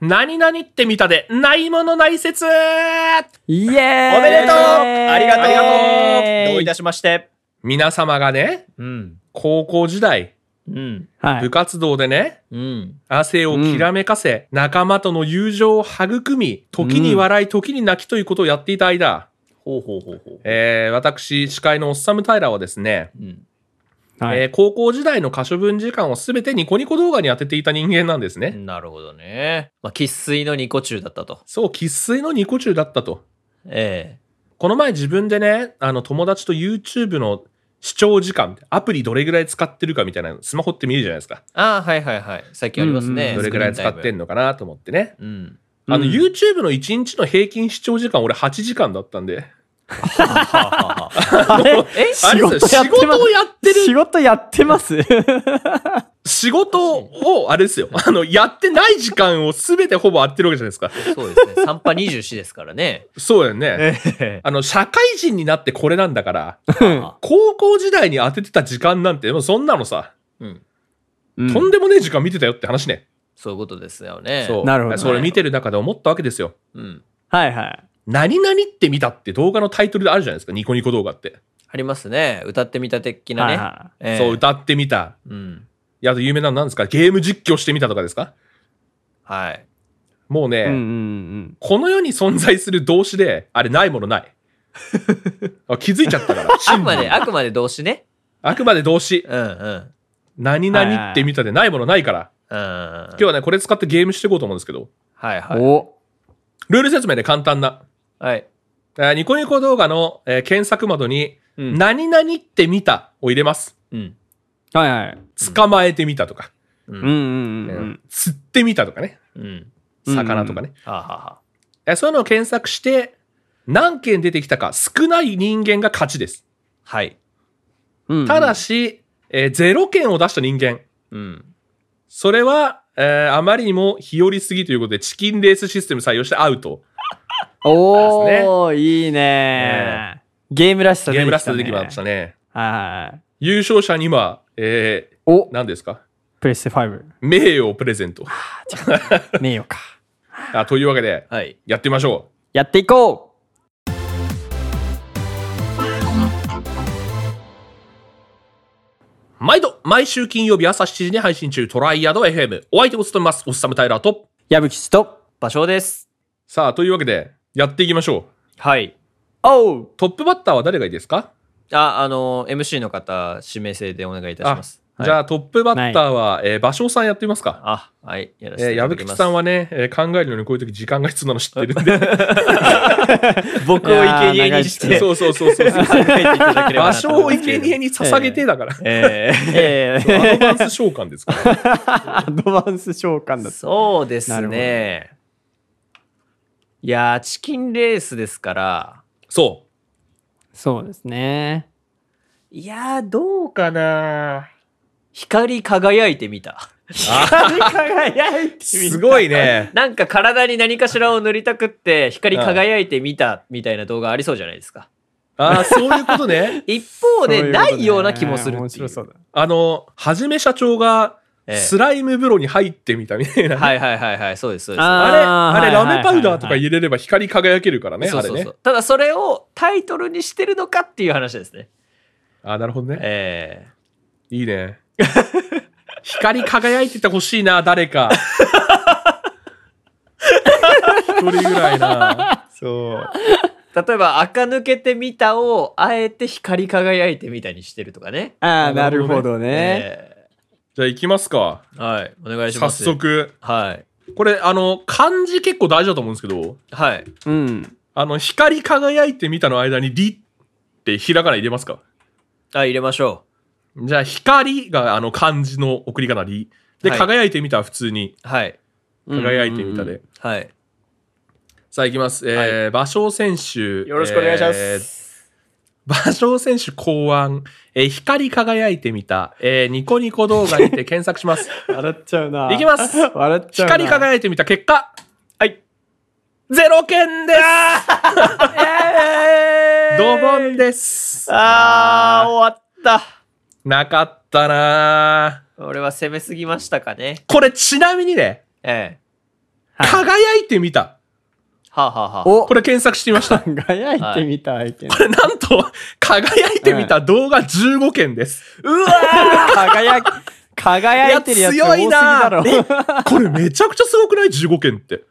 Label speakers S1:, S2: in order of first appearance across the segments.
S1: 何々って見たで、ないものない説お
S2: イエーイ
S3: おめでとうありがとう
S1: あり
S2: がとう
S3: どういたしまして。
S1: 皆様がね、
S3: うん。
S1: 高校時代、
S3: うん。
S2: は
S1: 部
S2: い。
S1: 活動でね、
S3: うん。
S1: 汗をきらめかせ、仲間との友情を育み、時に笑い、時に泣きということをやっていた間、
S3: ほうほうほうほう。
S1: えー、私、司会のおっさむタイラーはですね、
S3: うん。
S2: はい
S1: えー高校時代の可処分時間をすべてニコニコ動画に当てていた人間なんですね。
S3: なるほどね。まあ、喫水のニコ中だったと。
S1: そう、喫水のニコ中だったと。
S3: え
S1: この前自分でね、あの友達と YouTube の視聴時間、アプリどれぐらい使ってるかみたいなの、スマホって見るじゃないですか。
S3: えああ、はいはいはい。最近ありますね。
S2: えうん
S1: どれぐらい使ってん
S3: の
S1: のかなと思ってね。
S3: うん。
S1: あの
S2: うん
S1: YouTube の1日の平均視聴時間、俺8時間だったんで。
S2: あれ
S3: え
S1: あれですよ仕事をやってる
S2: 仕事やってます
S1: 仕事を、あれですよ。あの、やってない時間を全てほぼ合ってるわけじゃないですか。
S3: そうですね。3波24ですから ね。
S1: そうだよね。
S3: え
S1: あの、社会人になってこれなんだから、
S3: あ
S1: 高校時代に当ててた時間なんて、もうそんなのさ、
S3: うん。
S2: うん
S1: とんでもねえ時間見てたよって話ね。
S3: そういうことですよね。
S1: そう。
S2: なるほどね
S1: それ見てる中で思ったわけですよ。
S3: う。うん。
S2: はいはい。
S1: 何々って見たって動画のタイトルであるじゃないですか、ニコニコ動画って。
S3: ありますね。歌ってみた的な
S2: はい
S3: ね。
S2: は
S3: ええ
S1: そう、。歌ってみた。
S3: うん。
S1: いや、あと有名なの何ですかゲーム実況してみたとかですか
S3: はい。
S1: もうね、
S2: い。うんうんうん。
S1: この世に存在する動詞で、あれないもの ない。あ気づいちゃったから。
S3: あくまで、あくまで動詞ね。
S1: あくまで動詞。
S3: うんうん。
S1: 何々って見たでないものないから。
S3: うん。今
S1: 今日はね、これ使ってゲームしていこうと思うんですけど、
S3: はいはい。
S2: お
S1: ルール説明で簡単な。
S3: はい。
S1: えーニコニコ動画の、えー検索窓に、
S3: うん
S1: 何々って見たを入れます。
S3: うん。
S2: はいはい。
S1: 捕まえてみたとか、
S2: うんうんうんうん。
S1: 釣ってみたとかね。
S3: うん。
S1: 魚とかね。
S3: はあはあはあ。
S1: えーそういうのを検索して、何件出てきたか少ない人間が勝ちです。
S3: はい。
S2: うんうん
S1: ただし、えー0件を出した人間。
S3: うん。
S1: それは、えーあまりにも日和すぎということで、チキンレースシステム採用してアウト。
S2: おー、いいね。ゲームらしさ出
S1: ゲー
S2: て
S1: ム
S2: きたね
S1: ラスト出てきましたね。
S2: はいはい。
S1: 優勝者には、え
S2: お
S1: ー、何ですか
S2: プレステ5。
S1: 名誉をプレゼント。
S2: 名誉か。
S1: あというわけで、
S3: はい。
S1: やってみましょ
S2: やっていこ
S1: う。毎度、毎週金曜日朝7時に配信中、トライアド FM。お相手を務めます、おっさむタイラーと。
S2: う矢吹氏と、
S3: 場所です。
S1: さあ、というわけで、やっていきましょ
S3: はい。
S2: おう
S1: う。トップバッターは誰がいいですか
S3: あ、あの、MC の方、指名制でお願いいたします。はい
S1: じゃあ、トップバッターは、えー、芭蕉さんやってみますか。
S3: あ、はい。やらせ
S1: えー、
S3: ていた
S1: 矢
S3: だき
S1: 吹
S3: ます。
S1: さんはね、えー考えるのにこういう時時間が必要なの知ってるんで。
S3: 僕を生 贄にして、
S1: そうそうそうそうそう。
S3: 考えていただけれ
S1: 場
S3: ばなと
S1: 所
S3: 思
S1: を
S3: うんで
S1: 生
S3: すけれども
S1: 贄に捧げてだから。
S3: え
S2: え
S1: ア
S2: え
S1: ドバンス召喚ですから。
S2: アドバンス召喚
S3: え
S2: だった。
S3: そうです
S2: なるほ
S3: ね。いやー、チキンレースですから、
S1: そ。
S2: そうです ね。
S3: いやー、どうかな光り輝いてみた。
S2: 光り輝いうて
S1: すごいね。
S3: なんか体に何かしらを塗りたくって、光り輝いてみたみたいな動画ありそうじゃないですか。
S1: ああ、そういうこと ね。
S3: 一方で、ないような気もするっていう。
S2: 面白そうだ。
S1: あの、はじめ社長が
S3: ええ
S1: スライム風呂に入ってみたみたいな。
S3: はいはいはいはい、そうです、そうです。
S1: あれ、
S2: あー
S1: あれ、ラ
S2: はいはいはい
S1: メパウダーとか入れれば光り輝けるからね、
S3: そう
S1: あ
S3: そ
S1: れ
S3: うそう
S1: ね。
S3: ただそれをタイトルにしてるのかっていう話ですね。
S1: あーなるほどね。
S3: え
S1: いいね。光り輝いててほしいな、誰か。一人ぐらいな。そう。
S3: え例えば、垢抜けてみたを、あえて光り輝いてみたにしてるとかね。
S2: ああ、
S1: な
S2: な
S1: る
S2: る
S1: ほ
S2: ほ
S1: ど
S2: どね。
S3: え
S1: じゃあ行きますか。
S3: えはい、お願いし
S1: 早
S3: ます。。
S1: 速。
S3: はい。
S1: これ、あの、漢字結構大事だと思うんですけど、
S3: はい。
S2: うん。
S1: あの、光り輝いてみたの間に、りってひらがな入れますか
S3: あ、入れましょ
S1: じゃあ、光があの漢字の送り仮名り。で、
S3: はい
S1: 輝いてみたは普通に、
S3: う。はい。
S1: 輝いてみたで。
S3: はい。
S1: さあ、行きます。えー、芭蕉選手。
S3: よろしくお願いします。
S1: えー馬上選手考案、えー光り輝いてみた、えーニコニコ動画にて検索し ます。
S2: 笑っちゃうな。
S1: いきます
S2: 笑っちゃうな。
S1: 光り輝いてみた結果、
S3: はい。
S1: ゼロ件です ドボンです
S3: あー、終わった。
S1: なかったなぁ
S3: 俺は攻めすぎましたかね。
S1: これちなみにね、
S3: ええ
S2: はい
S1: てみた。
S3: はあ、はあはあ、
S2: お
S1: これ検索してみま した。こ
S2: 輝いてみた相手の。
S1: れなんと、輝いてみた動画15件です。
S3: うわ
S2: 輝き、輝いてるやつ多すぎだろ。
S1: これめちゃくちゃすごくない ?15 件って。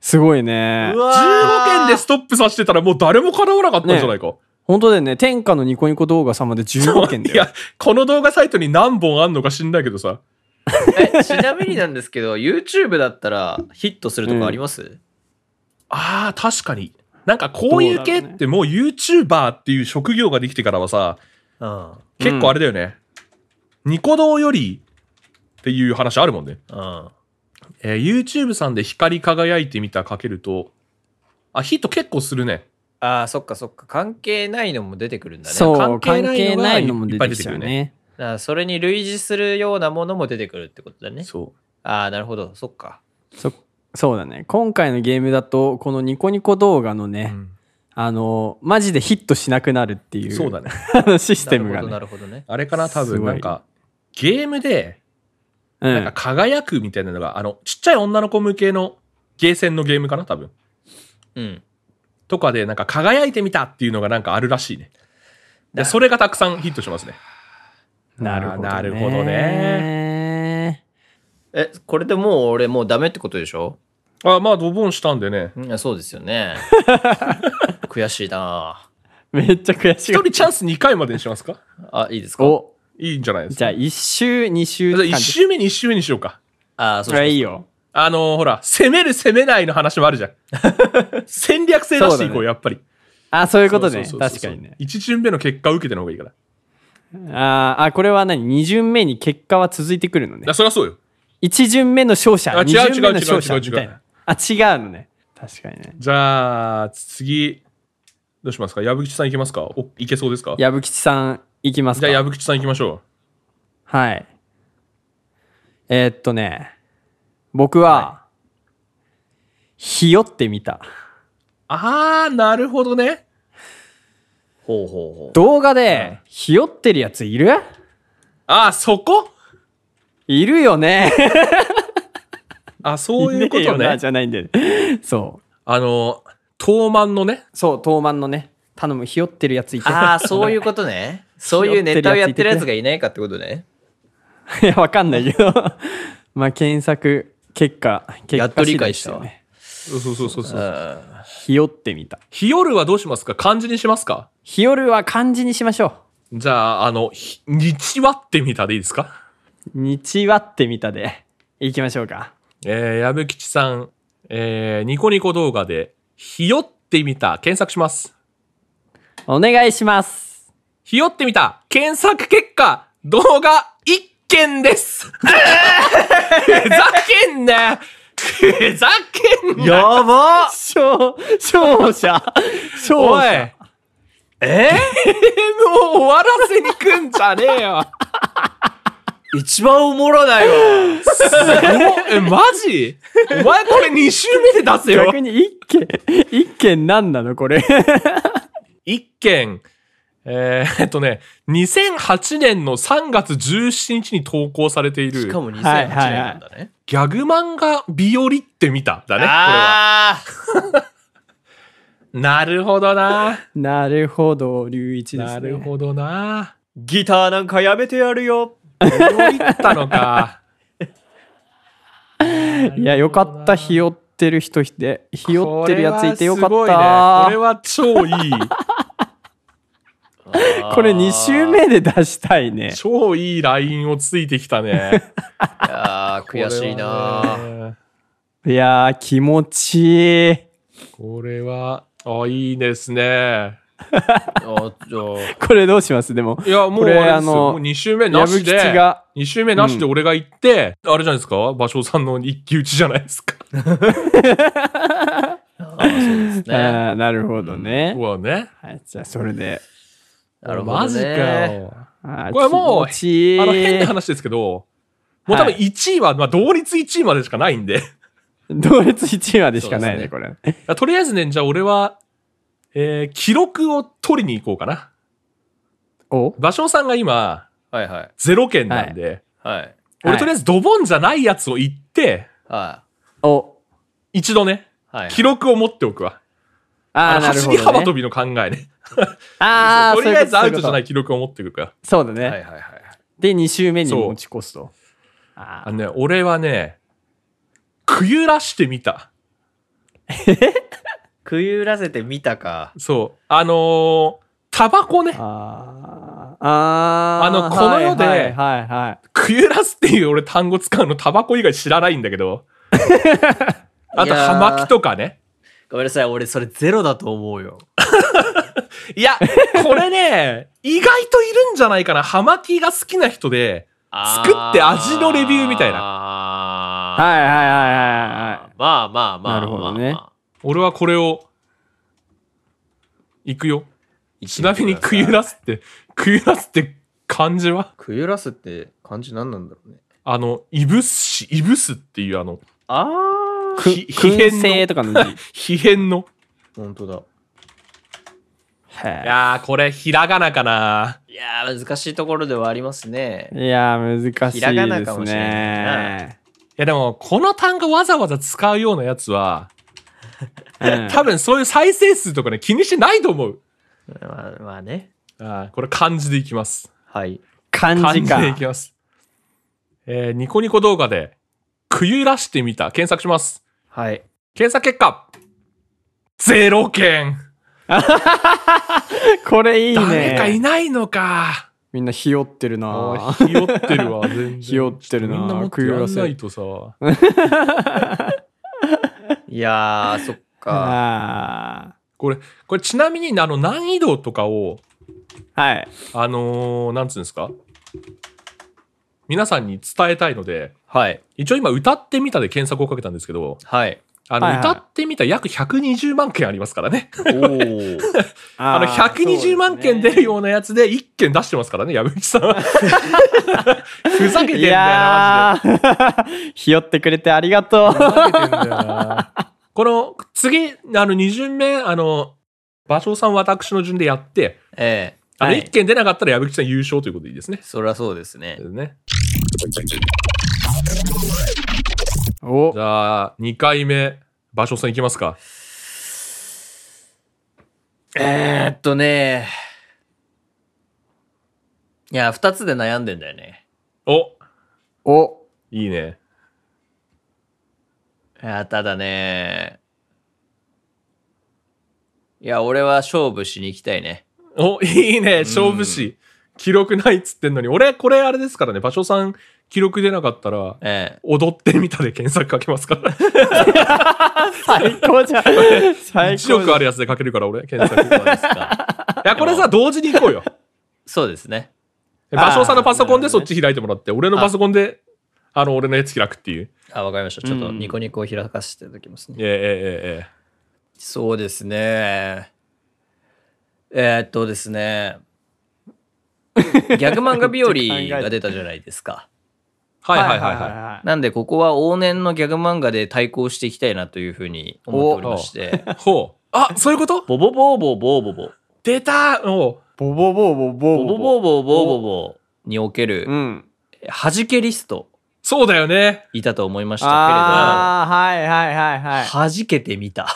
S2: すごいね
S3: う。わ
S1: 15件でストップさせてたらもう誰も叶わなかったんじゃないか。
S2: 本当だよね。天下のニコニコ動画様で15件だ
S1: い
S2: よ。
S1: や、この動画サイトに何本あんのか知んないけどさ。
S3: えちなみになんですけど、YouTube だったらヒットするとこあります、
S1: ああ、確かに。なんかこういう系ってもう YouTuber っていう職業ができてからはさ、
S3: うん。うん。
S1: 結構あれだよね。ニコ動よりっていう話あるもんね。
S3: あ
S1: えー YouTube さんで光り輝いてみたかけると、あ、ヒット結構するね。
S3: あ、そっかそっか。関係ないのも出てくるんだね。
S2: そう、関
S1: 関
S2: 係
S1: 係
S2: な
S1: ないいのが
S2: のも出てきちゃう
S1: い
S2: ね。
S3: あそれに類似するようなものも出てくるってことだね。
S1: そ
S3: ああ、なるほど。そっか。
S2: そそうだね。今回のゲームだと、このニコニコ動画の
S1: う。
S2: ね、
S1: うん
S2: あの、マジでヒットしなくなるっていう、
S1: そうだね。
S2: あのシステムが
S3: な
S2: ね。
S3: るほど、なるほどね。
S1: あれかな、多
S2: す
S1: 分
S2: ごい
S1: なんか、ゲームで、
S2: う
S1: なん
S2: ん
S1: か。輝くみたいなのが、あの、ちっちゃい女の子向けのゲーセンのゲームかな、多分。
S3: うん。
S1: とかで、なんか輝いてみたっていうのがなんかあるらしいね。で、それがたくさんヒットしますね。
S2: なるほどね。
S1: あーなるほどね
S3: え、これでもう俺もうダメってことでしょ
S1: あまあ、ドボンしたんでね。
S3: うん、そうですよね。悔しいな
S2: めっちゃ悔し
S1: 一
S2: い。
S1: 人チャンス2回までにしますか
S3: あ、いいですか
S2: お、
S1: いいんじゃないです
S2: じ
S1: か。
S2: ゃあ一周、二周
S1: じ
S2: っ
S1: ゃあ
S2: て
S1: 1
S2: 感じ。
S1: 周目に1周目にしようか。
S3: あー、
S2: そ
S3: そう
S2: れはい
S3: し
S2: い
S3: ま
S2: よ。
S1: あのーほら、攻める攻めないの話もある じゃん。戦略性出していこ
S2: そうだ
S1: う、
S2: ね
S1: やっぱり。
S2: あ、そういうことね。
S1: そうそうそう
S2: 確
S1: そ
S2: か
S1: う
S2: にね。
S1: 一巡目の結果を受けての方がいいから。
S2: あーあ、これは何二巡目に結果は続いてくるのね
S1: だ。そりゃそうよ。
S2: 一巡目の勝者、
S1: あ違う
S2: 二巡目の
S1: 違う
S2: 勝者
S1: 違う
S2: み
S1: 違
S2: たい
S1: う違
S2: な
S1: う。
S2: あ、違うのね。確かにね。
S1: じゃあ、次、どうしますか矢吹さんいきますかおいけそうですか
S2: 矢吹さん、いきます
S1: じ
S2: か。
S1: ゃあ、矢吹さんいきましょ
S2: はい。えーっとね、僕は、ひよってみた。
S1: う。あー、なるほどね。
S3: す。ほうほうほ。
S2: 動画で、ひよってるやついる
S1: あー、そこ
S2: いるよね。
S1: あ、そういうこ
S2: ねえよ
S1: と
S2: な
S1: ね
S2: じ。ゃないんで、ね。そ
S1: あのー、東満のね、
S2: う。そう、当番のね、頼む、ひよってるやついうて。
S3: ああ、そういうことね。そういうネタをやってるやつがいないかってことね。
S2: いや、わかんないけど。 まあ、検索、結果、結果、
S3: やっと理解したわ
S2: ね。
S1: そうそうそうそうそう。
S2: ひよってみた。
S1: 日夜はどうしますか漢字にしますか
S2: ひよるは漢字にしましょ
S1: じゃあ、あの、ひ日割ってみたでいいですか
S2: う。日割ってみたで、いきましょうか。
S1: えー、矢吹吉さん、えー、ニコニコ動画で、ひよってみた、検索します。
S2: お願いします。
S1: ひよってみた、検索結果、動画1件です。ふざけんなふざけんな
S3: やば
S2: 勝、勝者。勝
S1: おい
S2: 者。
S1: えー、ゲームを終わらせにくんじゃねえよ
S3: 一番おもろな いわ。
S1: え、マジお前これ2周目で出せよ
S2: 逆に一件、一件何なのこれ。
S1: 一件、えー、えっとね、2008年の3月17日に投稿されている、
S3: しかも2008年
S2: はいはいはい
S3: なんだね。
S1: ギャグ漫画日和って見た、だね、これは。
S3: ああ
S1: なるほどな。
S2: なるほど、龍一です、ね。
S1: なる
S2: ど。
S1: ほどな。
S3: ギターなんかやめてやるよ。
S1: 日和ったのか。
S2: いや、よかった。ひよってる人いて、ひよってるやついてよかった。
S1: これはすごいねこれは超いい。
S2: これ2周目で出したいね。
S1: 超いいラインをついてきたね。
S3: ああ、悔しいな。
S1: ない
S2: やー、気持ちいい。
S1: これは、あ、いいですね。
S3: おっと
S2: これどうしますでも。
S1: いや、も
S2: こ
S1: うあ
S2: れ
S1: れですよ、
S2: あの
S1: もう2周目
S2: 矢
S1: な
S2: 吹
S1: し
S2: 吉
S1: で。
S2: が、
S1: 2周目なしで俺が行って、あれじゃないですか馬匠さんの一騎打ちじゃないですか。
S3: あーそうです
S2: あ
S3: ね。
S2: ーなるほどね
S1: う。わね。
S2: はい、じゃあそれで。
S3: なるほどね
S1: マジかよ。
S2: あー
S1: これもう
S2: 気持ちいい。
S1: あの、変な話ですけど、もう多
S2: は
S1: 分
S2: い
S1: 1位は、まあ、同率1位までしかないんで。
S2: 同率1位までしかないね、
S3: そ
S2: これ。
S1: とりあえずね、じゃあ俺は、えー、記録を取りに行こうかな。
S2: お
S1: 馬匠さんが今、
S3: はいはい。
S1: 0件なんで、
S3: はい。
S2: はい
S1: 俺とりあえずドボンじゃないやつを言って、
S3: は
S2: お
S1: 一度ね、
S3: はい。
S1: 記録を持っておくわ。
S2: あ
S1: あ
S2: あ、
S1: の、
S2: なる
S1: 走
S2: ほ
S1: り
S2: ど、
S1: 幅
S2: ね。
S1: 跳びの考えね。
S2: ああ、。
S1: とりあえずアウトじゃないい記録を持ってくから。
S2: そうだね。
S3: はいはいはい。
S2: で、2周目に持ち越すと。
S1: あのね、俺はね、くゆらしてみた。
S3: くゆらせてみたか。
S1: そう。あのータバコね、
S2: あーあー。
S1: あのこの世で
S2: はいはいはい。
S1: くゆらすっていう俺単語使うのタバコ以外知らないんだけ ど。あ
S3: い
S1: と、
S3: やー
S1: 葉巻とかね。
S3: ごめんなさい、俺それゼロだと思うよ。
S1: いや、これね、意外といるんじゃないかな。葉巻が好きな人で、作って味のレビューみたいな
S3: な
S2: はいはいはいはいはい。
S3: まあまあまあ。
S2: なるほどね
S3: まあまあ
S1: 俺はこれを、行くよ。ちなみに、くゆらすって、くゆらすって漢字は
S3: くゆらすって漢字何なんだろうね。
S1: あの、いぶすし、いぶすっていうあの、
S3: ああ。
S2: く、
S1: ひ変
S2: 燻
S1: の
S2: 製とか の字。
S1: 秘変の。
S3: 本当だ。
S1: い
S2: へ
S1: やー、これ、ひらがなかない
S3: やー、難しいところではありますね。
S2: えいやー、難しい
S3: ひらがな
S2: で
S3: か
S2: す
S3: もしれない
S2: ね。
S1: いや、でも、この単語わざわざ使うようなやつは、
S2: うん
S1: 多分そういう再生数とかね、気にしてないと思う。
S3: まあまあね。
S1: あーこれ、漢字でいきます。
S3: はい。
S2: 漢
S1: 漢
S2: 字
S1: 字でい
S2: か
S1: き。ます。えーニコニコ動画で、くゆらしてみた。検索します。
S3: はい。
S1: 検索結果、ゼロ件。
S2: これいい
S1: 誰かい
S2: ね。
S1: ないのか。
S2: みんなひよってる
S1: あ
S2: な
S1: ーひよってるわ、全然。
S2: ひよってるな
S1: みんなもっとやんないとさ。
S3: いやー、そっ か。
S2: あ
S1: これ、これちなみに、あの、難易度とかを、
S2: ーはい。
S1: あのーなんつうんですか皆さんに伝えたいので、
S3: はい。
S1: 一応今、歌ってみたで検索をかけたんですけど、
S3: はい。
S1: あの、
S2: はいはい
S1: 歌ってみた約120万件ありますからね。
S3: おー。
S1: あ
S2: あ
S1: の、
S2: ー
S1: 120万件出るようなやつで1件出してますからね、矢吹さん は。ふざけてんだよな、マジで。
S2: いやー ひよってくれてありがとう。
S1: ふざけてんだよなこの、次、あの、2巡目、あの、馬匠さん私の順でやって、
S3: ええ
S1: あの、
S2: はい
S1: 1件出なかったら矢吹さん優勝ということでいいですね。
S3: そりゃそうですね
S1: で。すね
S2: お
S1: じ、ゃあ、2回目、馬匠さんいきますか。
S3: えー、っとね。いや、二つで悩んでんだよね。
S1: お、
S2: お、
S1: いいね。
S3: いや、ただね。いや、俺は勝負しに行きたいね。
S1: お、いいね、勝負師。記録ないっつってんのに、俺、これあれですからね、馬匠さん記録出なかったら、
S3: え
S1: 踊ってみたで検索かけますから。
S2: 最高じゃん。最
S1: 1
S2: 高じ
S1: 億
S2: ゃ
S1: あ
S2: ん。
S1: るやつでかけるから俺、 検索。い
S3: えそうです か。
S1: や、これさ、同時に行こうよ。
S3: そうですね。
S1: 馬匠さんのパソコンで
S2: なる
S1: そ
S2: ほ
S1: っ
S2: どね
S1: ち開いてもらって、俺のパソコンで、あの、俺のやつ開くっていう。
S3: あ、わかりました。ちょっと
S2: うん
S3: ニコニコを開かせていただきますね。
S1: えええええ
S3: そうですね。えー、っとですね。逆漫画日和が出たじゃないですか。
S1: えはいはいはいはい。
S2: は
S3: なんで、ここは往年のギャグ漫画で対抗していきたいなというふうに思っておりまして。
S1: ほう。あ、そういうこと
S3: ボボボーボーボーボーボー。
S1: 出たおう
S2: ボボボボボ
S3: ボボボーボーボーボーボーにおけ
S2: う
S3: る、
S2: ん。
S3: 弾けリスト、
S1: そうだよね。
S3: いたと思いましたけれど、
S2: ああ、はいはいはいはい。
S3: 弾けてみた。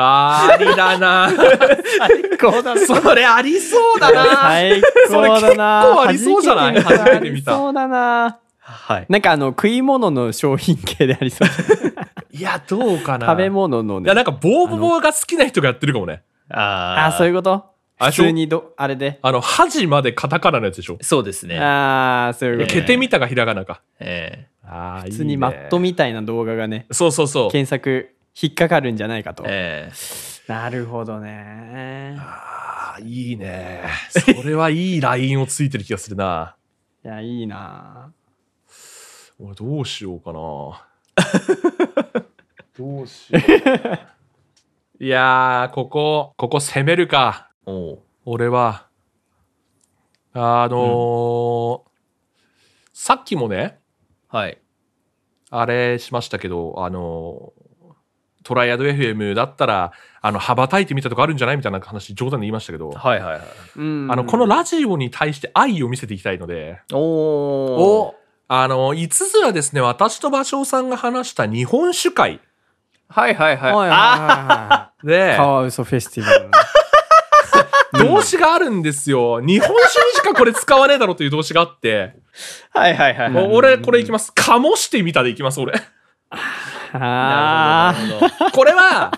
S1: あーありだ な
S2: 最高だね。
S1: それありそう だな
S2: 最高だな。
S1: それ結構ありそうじゃない初めて見た
S2: ありそうだな。
S3: はい。
S2: なんかあの、食い物の商品系でありそう。食
S1: いや、どう かな
S2: べ物の
S1: いや、
S2: ね。
S1: なんか、ボーボボーが好きな人がやってるかもね。
S3: あ
S2: あ
S3: あ、
S2: ー、そういうこと
S1: あ
S2: 普通にど、あれで。
S1: あの、恥までカタカナのやつでしょ。
S3: そうですね。
S2: ああ、そういう
S1: で
S2: こと
S1: ケ
S2: ね。
S1: テミタがひらがなか。
S3: え
S1: あ
S2: 普通にマット
S1: み。
S2: みたいな動画がね、
S1: そうそうそう。
S2: 検索引っかかるんじゃないかと
S3: え。ええ
S2: なるほどね。
S1: ああ、いいね。それはいいラインをついてる気がするな。
S2: いや、いいな。
S1: 俺どうしようかな。 どうしよう。 いやー、ここ、ここ攻めるか。
S3: おう
S1: 俺は。あのーさっきもね、
S3: はい。
S1: あれしましたけど、あのートライアド FM だったら、あの、羽ばたいてみたとかあるんじゃないみたいな話、冗談で言いましたけど、
S3: はいはいはい。
S2: うん
S1: あの、このラジオに対して愛を見せていきたいので、
S3: おお
S1: あの、5つはですね、私と芭蕉さんが話した日本酒会。はいはいはい。
S2: はいはいはいは
S1: で
S2: い。、 カワウソフェスティバル。
S1: 動詞があるんですよ。日本酒にしかこれ使わねえだろという動詞があって。
S3: はいはいはいはい。
S1: お俺、これいきます。かもしてみたでいきます、俺。
S2: あ
S3: なるほどなるほ
S1: これは、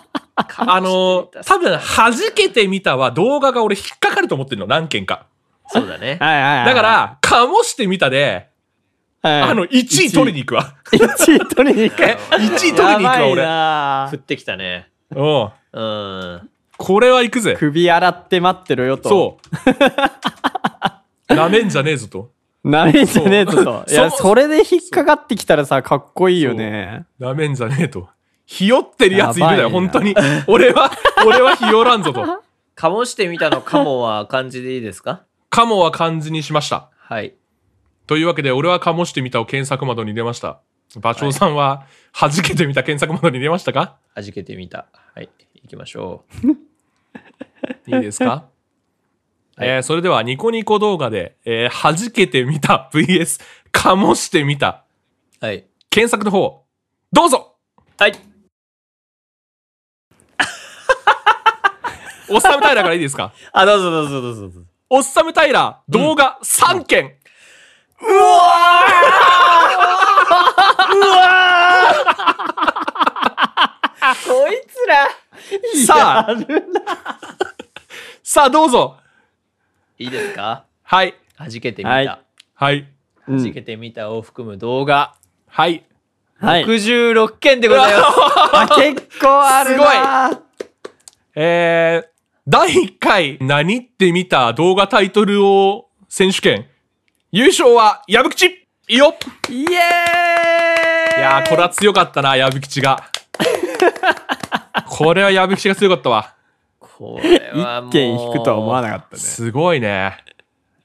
S1: あの、多分、弾けてみたは動画が俺引っかかると思ってるの、何件か。
S3: どそうだね
S2: あ。。はいはいはい。
S1: だか、ら、かもしてみたで、
S2: あ
S1: あの、、1位取りに行くわ。
S2: 1位取りに行 く。
S1: え、1位取りに行くわ、
S2: やばい
S1: 俺。
S2: な
S3: 降ってきたね。
S1: うん。
S3: うん。
S1: これは行くぜ。
S2: 首洗って待ってろよと。
S1: そう。 なめんじゃねえぞと。
S2: う。なめんじゃねえぞと。
S1: そう
S2: いや、
S1: そう
S2: それで引っかかってきたらさ、かっこいいよね。
S1: なめんじゃねえと。ひよってるやついるだ
S2: やば
S1: よ、
S2: いな
S1: 本当に。俺は、俺はひよらんぞと。
S3: かもしてみたのかもは漢字でいいですか
S1: カモは漢字にしました。
S3: はい。
S1: というわけで、俺はカモしてみたを検索窓に出ました。馬長さんは、弾けてみた検索窓に出ましたか
S3: 弾けてみた。はい。行きましょう。
S1: いいですか
S3: はい
S1: えーそれではニコニコ動画で、えー、弾けてみた VS、かもしてみた、
S3: はい。
S1: 検索の方、どうぞ
S3: はい。
S1: おっさむタイラーからいいです か
S3: あ、どうぞどうぞどうぞどうぞ。
S1: おっさむタイラー、動画3件、
S3: こいつら
S1: さあ、さあどうぞ
S3: いいですか
S1: はい、
S3: 弾けてみ
S2: は
S3: た
S2: い。
S1: はい、
S2: うん
S3: 弾けてみたを含む動画。
S1: はい。
S2: はい。
S3: 66件でございます。
S2: あ結構あるなす
S1: えー、第1回何って見た動画タイトルを選手権。優勝は矢吹吉いいよ
S2: ごいイエーイい
S1: いやー、これは強かったな、矢吹吉が。これは矢吹吉が強かったわ。
S3: これはもう。
S2: 一件引くとは思わなかったね。
S1: すごいね。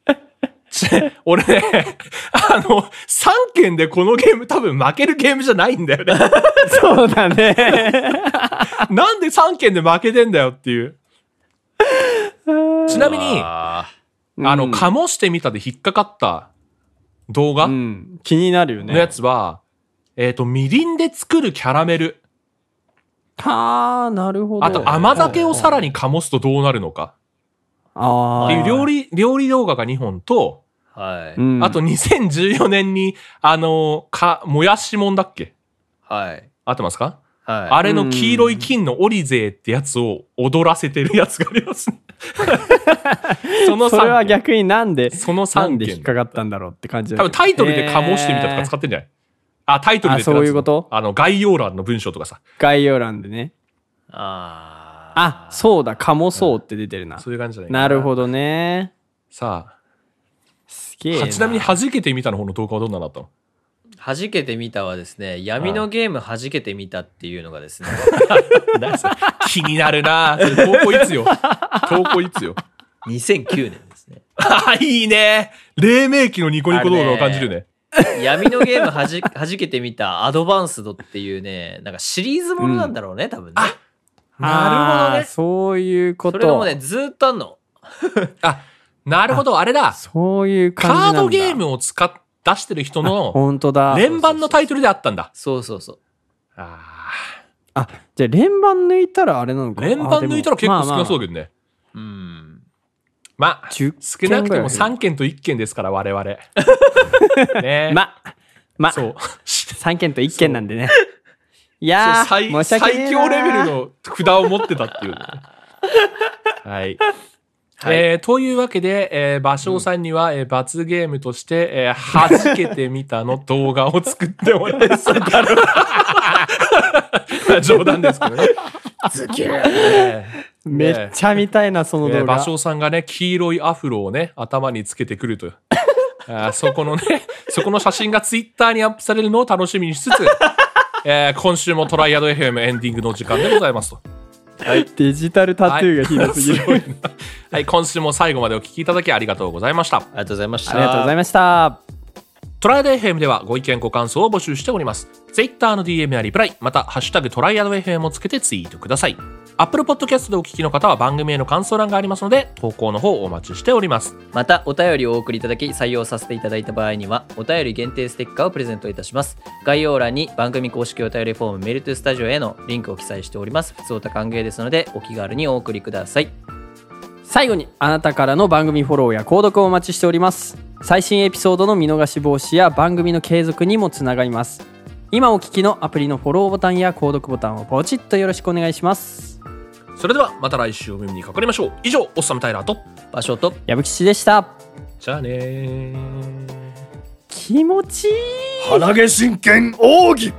S1: ち俺ね、あの、3件でこのゲーム多分負けるゲームじゃないんだよね。
S2: そうだね。
S1: なんで3件で負けてんだよって いう。ちなみに、あ
S3: あ
S1: の、かもしてみたで引っかかった動画
S2: う
S1: の
S2: ん。気になるよね。
S1: やつは、えっ、と、みりんで作るキャラメル。
S2: はあ、なるほど。
S1: あと、甘酒をさらにかもすとどうなるのか。
S2: あ
S1: っ
S2: あ。
S1: ていう料理、料理動画が2本と、
S3: ーはい。
S2: うん
S1: あと、2014年に、あの、か、もやしもんだっけ
S3: はい。
S1: 合ってますか
S3: は
S1: あれの黄色い金のオリゼーってやつを踊らせてるやつがあります ね。その
S2: それは
S1: 3件。
S2: 逆になんで、
S1: その
S2: なん
S1: 3
S2: で引っ
S1: 件。
S2: かかったんだろうって感じだ
S1: 多分
S2: けど
S1: タイトルで「かもしてみた」とか使ってんじゃないあ、タイトルでって
S2: あそういうこと
S1: あの、概要欄の文章とかさ。
S2: 概要欄でね。
S3: い。ああ。
S2: あ、そうだ、かもそうって出てるな。
S1: そういう感じじゃない
S2: なるほどね。
S1: さ
S2: すげえ
S1: あ、
S2: な。
S1: ちなみに弾けてみたの方の動画はどんなのだったの
S3: 弾けてみたはですね、闇のゲーム弾けてみたっていうのが ですね、
S1: 何それ気になるなそれ投稿いつ よ。投稿いつよ。
S3: 2009年です ね。
S1: あ、いいね黎明期のニコニコ動画を感じるね。
S3: 闇のゲームはじ弾けてみたアドバンスドっていうね、なんかシリーズものなんだろうね、多分
S1: な
S3: ね。
S1: るほど
S2: あー
S1: ね。
S2: そういうこ
S3: それがもう
S2: と。
S3: ね、ずーっとあんの。
S1: あ、なるほど、あれだ。
S2: そういう感じな
S1: カ
S2: んだ。
S1: ードゲームを使っ、出してる人の
S2: 本当だ。
S1: 連番のタイトルであったんだ。
S3: そうそうそう。
S1: あ
S2: あ、じゃあ連番抜いたらあれなの
S1: ー
S2: か。
S1: 連番抜いたら結構少なそう
S2: う。
S1: だけどね。
S3: うん。
S1: まあ、少
S2: 10
S1: なくて
S2: 件ぐら
S1: も
S2: い
S1: 3件と1件ですから、我々。 ね
S2: まあまあ、まあ、
S1: そう。
S2: 3件と1件なんでね。
S1: そ
S2: いや
S1: う最
S2: ー、申し訳ねえな
S1: 最強レベルの札を持ってたっていう ね、はい。
S3: はい
S1: えーというわけで、えー、芭蕉さんには、えー罰ゲームとして、えー、弾けてみたの動画を作ってもらい ました。 冗談ですけどね。えー
S2: めっちゃ見たいな、その
S1: えー
S2: 動
S1: 芭
S2: 画。
S1: 蕉さんがね、黄色いアフロをね、頭につけてくるという。 あーそこのね、 そこの写真がツイッターにアップされるのを楽しみにしつつ、 えー今週もトライアド FM エンディングの時間でござい ますと。
S2: デジタルタトゥーがひどすぎる。
S1: はい すごいなはい、今週も最後までお聞きいただきありがとうございました
S3: あ。りがとうございました。
S2: ありがとうございました。
S1: トライアド FM ではご意見ご感想を募集しております。Twitter の DM やリプライ、またハッシュタグトライアド FM をつけてツイートください。 Apple Podcast でお聞きの方は番組への感想欄がありますので、投稿の方をお待ちしております。
S3: またお便りをお送りいただき採用させていただいた場合にはお便り限定ステッカーをプレゼントいたします概要欄に番組公式お便りフォームメールトゥスタジオへのリンクを記載しております普通た歓迎ですのでお気軽にお送りください
S2: 最後にあなたからの番組フォローや購読をお待ちしております最新エピソードの見逃し防止や番組の継続にもつながります今お聞きのアプリのフォローボタンや購読ボタンをポチッとよろしくお願いします
S1: それではまた来週お耳にかかりましょう。以上、オッサム・タイラーと。
S3: 場所と
S2: 矢吹氏でした
S1: じゃあねー。
S2: 気持ちいい
S4: 鼻毛真剣奥義